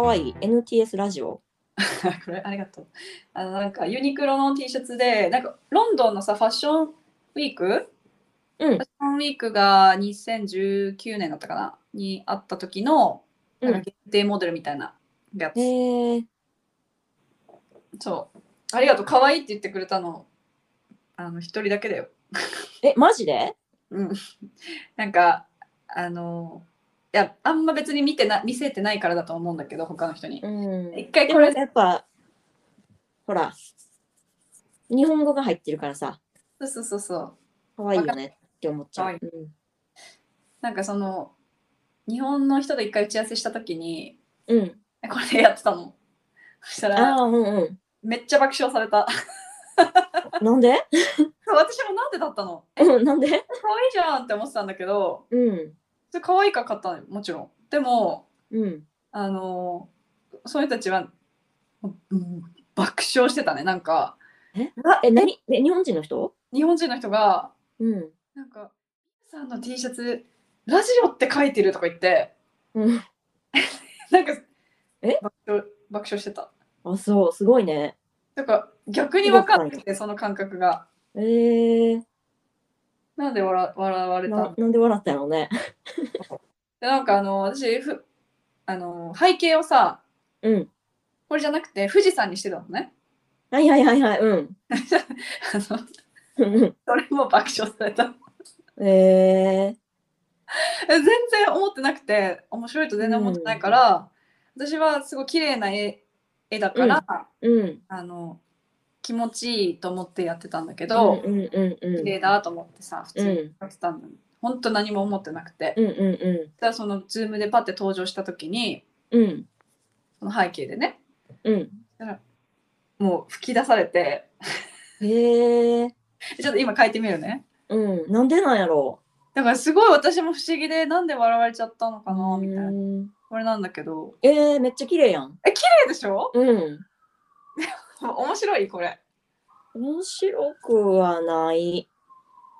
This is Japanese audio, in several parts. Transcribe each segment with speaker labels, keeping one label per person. Speaker 1: わいい NTS ラジオ。
Speaker 2: これありがとう。あのなんかユニクロの T シャツで、なんかロンドンのさ、ファッションウィーク
Speaker 1: うん
Speaker 2: ファッションウィークが2019年だったかなにあった時の
Speaker 1: うん
Speaker 2: なんか限定モデルみたいなやつ。
Speaker 1: へえ。
Speaker 2: そう。ありがとう。可愛いって言ってくれたの。あの、一人だけだよ。
Speaker 1: え、マジで
Speaker 2: うん。 なんか、あの、いや、あんま別に見てな、見せてないからだと思うんだけど、他の人に。
Speaker 1: うん。
Speaker 2: 一回
Speaker 1: で
Speaker 2: こ
Speaker 1: も
Speaker 2: れ、
Speaker 1: やっぱ、ほら、日本語が入ってるからさ、
Speaker 2: そうそうそうそう。
Speaker 1: かわいいよねって思っちゃう。
Speaker 2: なんかその、日本の人と一回打ち合わせした時に、
Speaker 1: うん。うん、
Speaker 2: これでやってたの。 そした
Speaker 1: あ
Speaker 2: ら、
Speaker 1: あ、うんう
Speaker 2: めっちゃ爆笑された。
Speaker 1: ん。なんで
Speaker 2: 私もなんでだったの
Speaker 1: うん、なんで
Speaker 2: 可愛いじゃんって思ってたんだけど、
Speaker 1: うん。
Speaker 2: それ可愛いから買ったのよもちろん。でも、
Speaker 1: うん。
Speaker 2: あのーそういう人たちは、うん爆笑してたねなんか
Speaker 1: え、なにえ、日本人の人
Speaker 2: 日本人の人が
Speaker 1: うん。
Speaker 2: なんか「さんの T シャツラジオって書いてる」とか言って
Speaker 1: うん。
Speaker 2: なんか
Speaker 1: え
Speaker 2: 爆笑爆笑してた
Speaker 1: あ、そう、すごいね。
Speaker 2: なんか逆に分かんなくてその感覚が
Speaker 1: ええ
Speaker 2: なんで笑笑われた
Speaker 1: ななんで笑ったのね。
Speaker 2: でなんかあの私ふあの背景をさ
Speaker 1: うん。
Speaker 2: これじゃなくて富士山にしてたのね
Speaker 1: はいはいはいはい。うん
Speaker 2: あのそ
Speaker 1: うん。
Speaker 2: れも爆笑された
Speaker 1: ええ
Speaker 2: 全然思ってなくて面白いと全然思ってないから、私はすごい綺麗な絵絵だから、
Speaker 1: うん。
Speaker 2: あの気持ちいいと思ってやってたんだけど、
Speaker 1: うんうんうんうん。
Speaker 2: 綺麗だと思ってさ普
Speaker 1: う
Speaker 2: 通
Speaker 1: ん。
Speaker 2: にやってたんだ、本当何も思ってなくて、
Speaker 1: うんう
Speaker 2: ただそのズームでパッて登場した時に
Speaker 1: んうん。うん。
Speaker 2: その背景でね
Speaker 1: うん。
Speaker 2: もう吹き出されて
Speaker 1: へえ。
Speaker 2: ちょっと今書いてみるね
Speaker 1: うん。なんでなんやろ
Speaker 2: だからすごい私も不思議でなんで笑われちゃったの
Speaker 1: う。
Speaker 2: かなみたいな
Speaker 1: うん
Speaker 2: これなんだけど
Speaker 1: ええめっちゃ綺麗やん。
Speaker 2: 綺麗でしょ
Speaker 1: うん。
Speaker 2: 面白いこれ
Speaker 1: 面白くはない。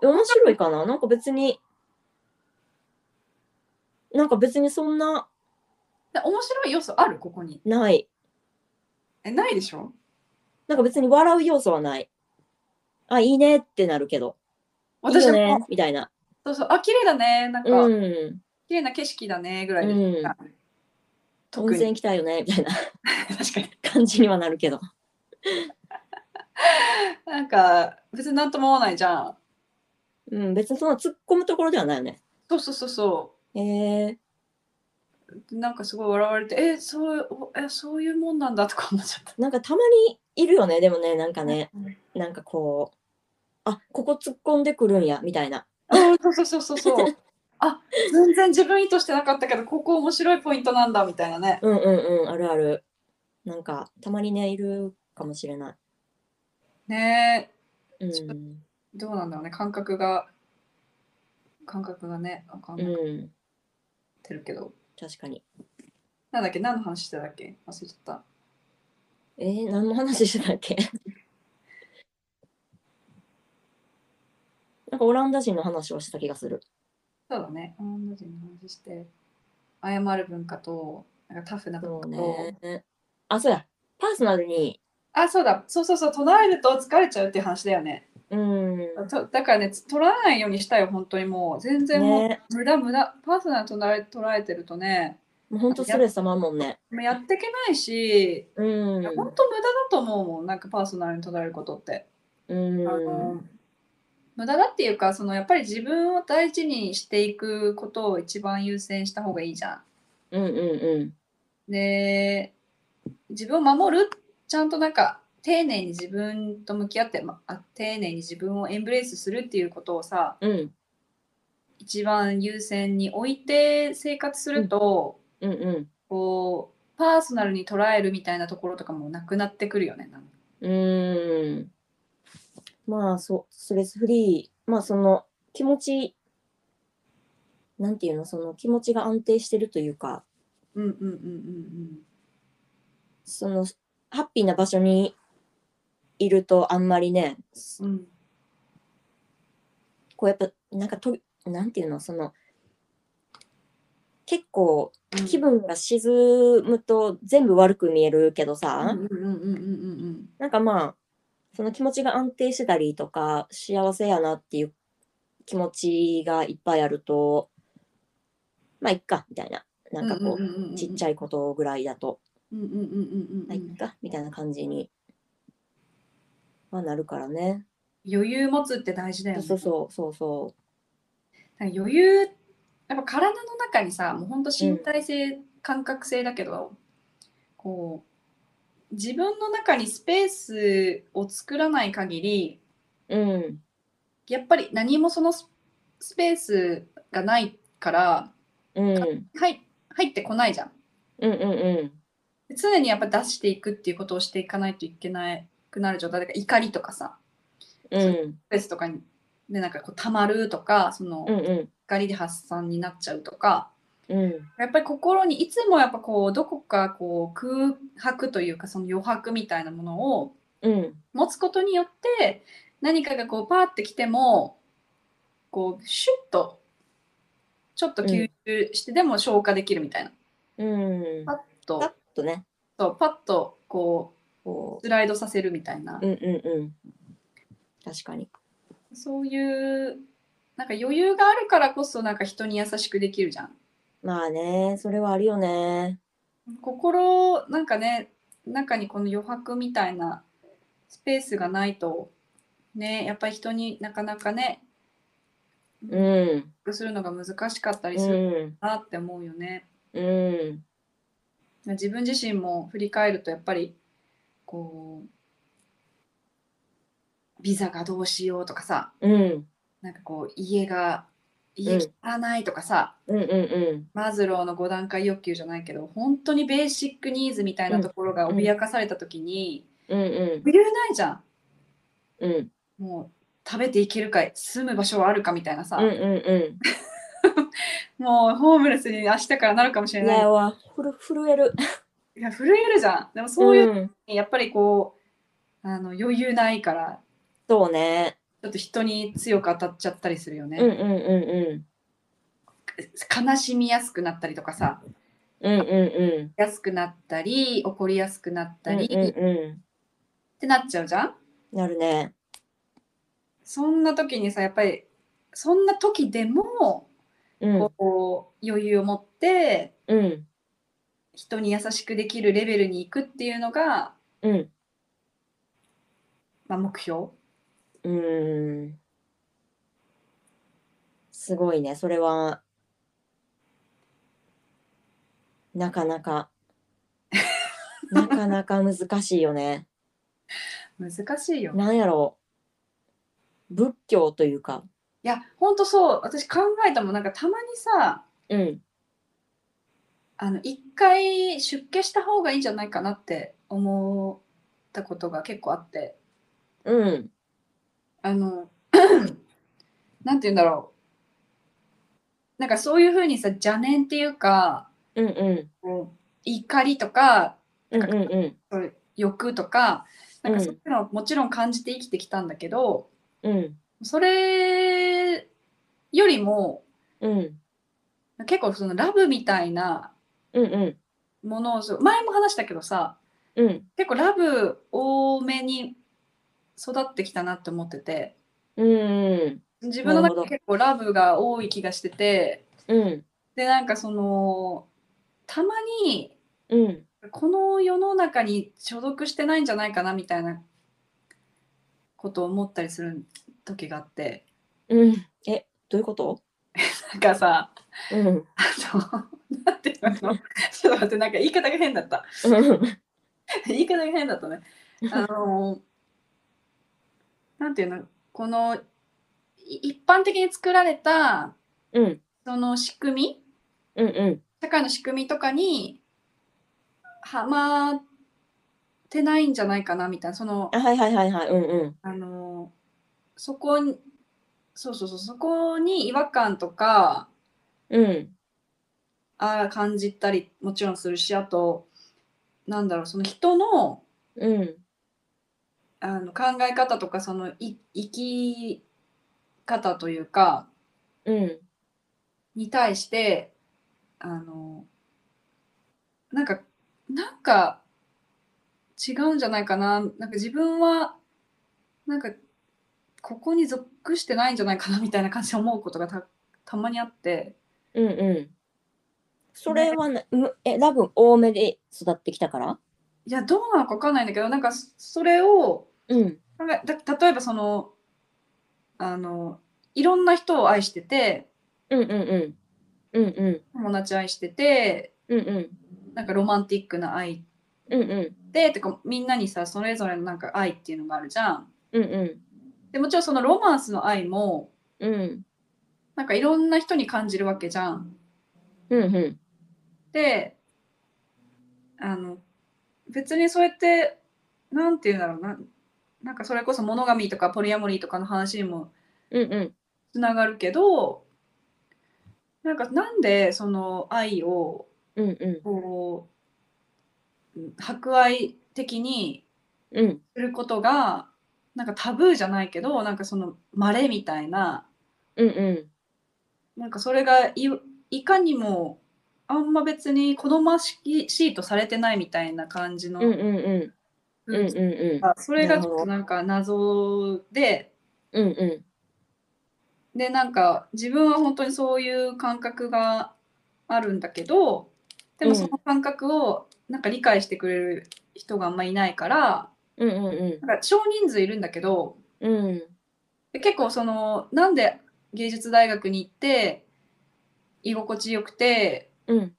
Speaker 1: え面白いかななんか別に、なんか別にそんな、
Speaker 2: で面白い要素あるここに
Speaker 1: ない。
Speaker 2: えないでしょ
Speaker 1: なんか別に笑う要素はない。あ、いいねってなるけど。いい
Speaker 2: 私
Speaker 1: よ
Speaker 2: も
Speaker 1: ね、みたいな。
Speaker 2: そうそうあ綺麗だねなんか、
Speaker 1: うん。
Speaker 2: 綺麗な景色だねぐら
Speaker 1: う
Speaker 2: いで、
Speaker 1: ん。温
Speaker 2: 特
Speaker 1: 泉
Speaker 2: に
Speaker 1: 行きたいよね、みたいな
Speaker 2: 確かに
Speaker 1: 感じにはなるけど。
Speaker 2: なんか別になんとも思わないじゃん
Speaker 1: うん、別にそんな突っ込むところではないよね。
Speaker 2: そうそうそうそ
Speaker 1: ええ
Speaker 2: うなんかすごい笑われてえそうおえそういうもんなんだとか思っちゃった
Speaker 1: なんかたまにいるよね、でもね、なんかね、なんかこう、あ、ここ突っ込んでくるんや、みたいな。
Speaker 2: うんそうそうそうそうそうあ全然自分意図してなかったけどここ面白いポイントなんだみたいなね
Speaker 1: うんうんうん、あるある。なんか、たまにね、いるかもしれな
Speaker 2: ね
Speaker 1: い。うん。
Speaker 2: えどうなんだろうね感覚が感覚がね分かんなっ
Speaker 1: うん、
Speaker 2: てるけど、
Speaker 1: 確かに。
Speaker 2: なんだっけ何の話してたっけ忘れちゃった
Speaker 1: えー、何の話してたっけ なんかオランダ人の話をした気がする。
Speaker 2: そうだね。女人の話して、謝る文化と、なんかタフな
Speaker 1: そ
Speaker 2: 文
Speaker 1: う
Speaker 2: 化と、
Speaker 1: ね。あ、そうや。パーソナルに、
Speaker 2: あ、そうだ。そうそうそう。唱えると疲れちゃうっていう話だよね。
Speaker 1: うん。
Speaker 2: とだからね、つ捉えないようにしたいよ、本当にもう。全然もう、
Speaker 1: ね
Speaker 2: 無駄無駄。パーソナル捉え捉えてるとね、
Speaker 1: もうほんとストレスたまんもんね。
Speaker 2: もうやっていけないし、
Speaker 1: うん。
Speaker 2: 本当無駄だと思うもん。なんかパーソナルに捉えることって。あ
Speaker 1: う
Speaker 2: の
Speaker 1: ん。
Speaker 2: 無駄だっていうか、そのやっぱり自分を大事にしていくことを一番優先した方がいいじゃん。
Speaker 1: うんうん
Speaker 2: で自分を守るちゃんとなんか丁寧に自分と向き合って、ま、あ丁寧に自分をエンブレイスするっていうことをさ
Speaker 1: うん。うん。
Speaker 2: 一番優先に置いて生活すると、
Speaker 1: うんうん。
Speaker 2: こうパーソナルに捉えるみたいなところとかもなくなってくるよね。なんか
Speaker 1: うん。まあ、そう、ストレスフリー。まあ、その、気持ち、なんていうの、その気持ちが安定してるというか、
Speaker 2: うんうんうんうん
Speaker 1: その、ハッピーな場所にいると、あんまりね、
Speaker 2: うんうん
Speaker 1: こうやっぱ、なんかと、なんていうの、その、結構
Speaker 2: うん
Speaker 1: 気分が沈むと全部悪く見えるけど
Speaker 2: う
Speaker 1: さ、
Speaker 2: んうんうんうんうん
Speaker 1: なんかまあその気持ちが安定してたりとか幸せやなっていう気持ちがいっぱいあるとまあいっかみたいな
Speaker 2: う。
Speaker 1: なんんかこう,、
Speaker 2: んんんん
Speaker 1: ちっちゃいことぐらいだと、
Speaker 2: うんうんうんうんうん
Speaker 1: まあいっかみたいな感じにはなるからね。
Speaker 2: 余裕持つって大事だよね。
Speaker 1: そうそうそうそう。
Speaker 2: なんか余裕やっぱ体の中にさもうほんと身体性、感覚性だけどこう自分の中にスペースを作らない限り
Speaker 1: うん、
Speaker 2: やっぱり何もそのススペースがないから
Speaker 1: うん、うん
Speaker 2: 入入ってこないじゃん。
Speaker 1: うんう
Speaker 2: で常にやっぱ出していくっていうことをしていかないといけなくなる状態だから怒りとかさ
Speaker 1: んうん
Speaker 2: スペースとかにでなんかこう溜まるとかその
Speaker 1: うんうん
Speaker 2: 怒りで発散になっちゃうとか。
Speaker 1: うん
Speaker 2: やっぱり心にいつもやっぱこうどこかこう空白というかその余白みたいなものを
Speaker 1: うん
Speaker 2: 持つことによって何かがこうパーってきてもこうシュッとちょっと吸収してでも消化できるみたいな、
Speaker 1: うん
Speaker 2: パッと
Speaker 1: パッとね
Speaker 2: そうパッとこ
Speaker 1: こ
Speaker 2: うスライドさせるみたいな、
Speaker 1: ううんうんうん確かに
Speaker 2: そういうなんか余裕があるからこそなんか人に優しくできるじゃん。
Speaker 1: まあねそれはあるよね
Speaker 2: 心なんかね中にこの余白みたいなスペースがないとねやっぱり人になかなかね
Speaker 1: うん
Speaker 2: するのが難しかったり
Speaker 1: う
Speaker 2: する
Speaker 1: ん
Speaker 2: なって思うよね。
Speaker 1: うん
Speaker 2: 自分自身も振り返るとやっぱりこうビザがどうしようとかさ
Speaker 1: うん
Speaker 2: なんかこう家が家
Speaker 1: うん
Speaker 2: 汚いとかさ、
Speaker 1: うんうん
Speaker 2: マズローの5段階欲求じゃないけど本当にベーシックニーズみたいなところが脅かされた時
Speaker 1: うんう
Speaker 2: に、
Speaker 1: ん
Speaker 2: 余裕ないじゃん。
Speaker 1: うんうん
Speaker 2: もう食べていけるかい住む場所はあるかみたいなさ、
Speaker 1: うんうん
Speaker 2: もうホームレスに明日からなるかもし
Speaker 1: う
Speaker 2: れ
Speaker 1: んい
Speaker 2: ない
Speaker 1: やわふる震える
Speaker 2: いや震えるじゃんでもそういう時
Speaker 1: うん
Speaker 2: にやっぱりこうあの余裕ないから
Speaker 1: そうね
Speaker 2: ちょっと人に強く当たっちゃったりするよね、
Speaker 1: うんうんうん
Speaker 2: 悲しみやすくなったりとかさ
Speaker 1: うんうんうん
Speaker 2: やすくなったり怒りやすくなっ
Speaker 1: う
Speaker 2: たり、
Speaker 1: んうん
Speaker 2: っ
Speaker 1: う
Speaker 2: てなっちゃうじゃん
Speaker 1: んなるね
Speaker 2: そんな時にさやっぱりそんな時でも
Speaker 1: うん
Speaker 2: こう余裕を持って
Speaker 1: うん
Speaker 2: 人に優しくできるレベルに行くっていうのが、
Speaker 1: うん
Speaker 2: まあ、目標
Speaker 1: うーんすごいね、それは。なかなか。なかなか難しいよね。
Speaker 2: 難しいよ
Speaker 1: なんやろう。仏教というか。
Speaker 2: いや、ほんとそう。私考えたもん、なんかたまにさ、
Speaker 1: うん。
Speaker 2: あの、一回出家した方がいいんじゃないかなって思ったことが結構あって、
Speaker 1: うん。
Speaker 2: あの、 なんて言うんだろう。なんかそういうふうにさ、邪念っていうか、
Speaker 1: うんうん。
Speaker 2: こう怒りとか、
Speaker 1: うんうんうん。
Speaker 2: そういう欲とか、なんかそういうのをもちろん感じて生きてきたんだけど、
Speaker 1: うん。
Speaker 2: それよりも、
Speaker 1: うん。
Speaker 2: 結構そのラブみたいな
Speaker 1: うんうん。
Speaker 2: ものをそう前も話したけどさ
Speaker 1: うん。
Speaker 2: 結構ラブ多めに育ってきたなって思ってて
Speaker 1: うん。
Speaker 2: 自分の
Speaker 1: なるほど
Speaker 2: 中で結構ラブが多い気がしてて
Speaker 1: うん。
Speaker 2: でなんかそのたまに
Speaker 1: うん。
Speaker 2: この世の中に所属してないんじゃないかなみたいなことを思ったりする時があって
Speaker 1: うん。え、どういうこと
Speaker 2: なんかさ
Speaker 1: うん。
Speaker 2: あのなんていうのちょっと待ってなんか言い方が変だった
Speaker 1: うん。
Speaker 2: 言い方が変だったね。あのなんていうのこのい一般的に作られた
Speaker 1: うん。
Speaker 2: その仕組み
Speaker 1: うんうん。
Speaker 2: 社会の仕組みとかにはまってないんじゃないかなみたいなその
Speaker 1: あはいはいはいはい。うんうん。
Speaker 2: あのそこにそうそうそうそこに違和感とか
Speaker 1: うん。
Speaker 2: あー感じたりもちろんするしあとなんだろうその人の
Speaker 1: うん。
Speaker 2: あの考え方とかそのい生き方というか
Speaker 1: うん。
Speaker 2: に対してあのなんかなんか違うんじゃないかななんか自分はなんかここに属してないんじゃないかなみたいな感じで思うことがたたまにあって
Speaker 1: うんうん。それはな、むえ、ラブ多めで育ってきたから
Speaker 2: いやどうなのかわかんないんだけどなんかそそれを
Speaker 1: うん。
Speaker 2: なんかだ例えばそのあのいろんな人を愛してて
Speaker 1: うんうんうん。うんうん。
Speaker 2: 友達愛してて
Speaker 1: うんうん。
Speaker 2: なんかロマンティックな愛
Speaker 1: うんうん。
Speaker 2: でてかみんなにさそれぞれのなんか愛っていうのがあるじゃん。
Speaker 1: うんうん。
Speaker 2: でもちろんそのロマンスの愛も
Speaker 1: うん
Speaker 2: なんかいろんな人に感じるわけじゃん。
Speaker 1: うんうん。
Speaker 2: であの別にそうやってなんて言うんだろうななんかそれこそモノガミとかポリアモリーとかの話にも
Speaker 1: うんうん。
Speaker 2: つながるけどなんかなんでその愛を
Speaker 1: うんうん。
Speaker 2: こううん博愛的に
Speaker 1: うん。
Speaker 2: することがなんかタブーじゃないけどなんかそのまれみたいな
Speaker 1: うんうん。
Speaker 2: なんかそれがいいかにもあんま別に好ましいしいとされてないみたいな感じの
Speaker 1: うんうんうん。うんうんうん。
Speaker 2: あそれがちょっとなんか謎で
Speaker 1: うんうん。
Speaker 2: でなんか自分は本当にそういう感覚があるんだけどで
Speaker 1: う
Speaker 2: も
Speaker 1: ん
Speaker 2: その感覚をなんか理解してくれる人があんまいないから
Speaker 1: うんうんうん。
Speaker 2: なんか少人数いるんだけど
Speaker 1: うん
Speaker 2: で結構そのなんで芸術大学に行って居心地よくて
Speaker 1: うん。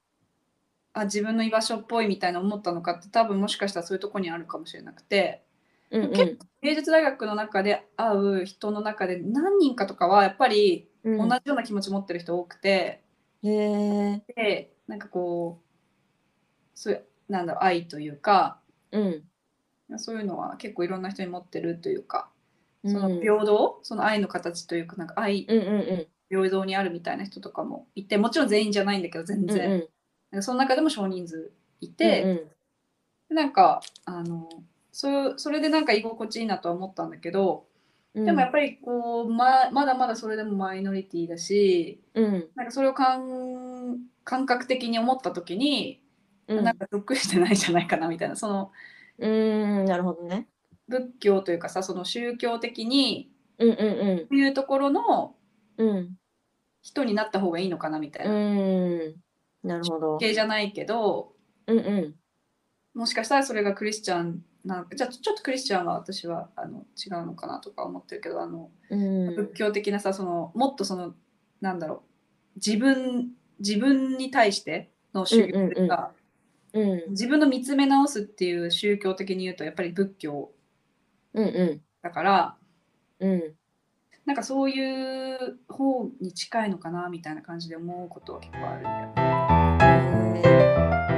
Speaker 2: あ自分の居場所っぽいみたいな思ったのかって多分もしかしたらそういうとこにあるかもしれなくて。
Speaker 1: うんうん。
Speaker 2: 芸術大学の中で会う人の中で何人かとかはやっぱり
Speaker 1: うん
Speaker 2: 同じような気持ち持ってる人多くて、
Speaker 1: へえ。
Speaker 2: でなんかこうそういうなんだろう愛というか
Speaker 1: うん。
Speaker 2: そういうのは結構いろんな人に持ってるというか
Speaker 1: う
Speaker 2: そ
Speaker 1: ん
Speaker 2: の平等、その愛の形というかなんか愛
Speaker 1: うんうんうん。
Speaker 2: 平等にあるみたいな人とかもいてもちろん全員じゃないんだけど全
Speaker 1: うん
Speaker 2: 然、
Speaker 1: うん。
Speaker 2: なんかその中でも少人数いて、
Speaker 1: で、
Speaker 2: なんかあのそうそれでなんか居心地いいなとは思ったんだけど、でもやっぱりこうままだまだそれでもマイノリティだし
Speaker 1: うん。
Speaker 2: なんかそれを感感覚的に思った時に、
Speaker 1: うん。
Speaker 2: なんか属してないじゃないかなみたいなその
Speaker 1: うん。なるほどね。
Speaker 2: 仏教というかさその宗教的に
Speaker 1: うんうん
Speaker 2: こういうところの
Speaker 1: うん。うん。
Speaker 2: 人になった方がいいのかなみたいな、
Speaker 1: うん。なるほど。
Speaker 2: 系じゃないけど
Speaker 1: うんうん。
Speaker 2: もしかしたらそれがクリスチャンなんじゃあちょっとクリスチャンは私はあの違うのかなとか思ってるけどあの
Speaker 1: うん。
Speaker 2: 仏教的なさそのもっとそのなんだろう自分自分に対しての宗教というか、
Speaker 1: うん。
Speaker 2: 自分の見つめ直すっていう宗教的に言うとやっぱり仏教
Speaker 1: うんう
Speaker 2: だから
Speaker 1: ん。うん。
Speaker 2: なんかそういう方に近いのかなみたいな感じで思うことは結構あるんだよね。
Speaker 1: へー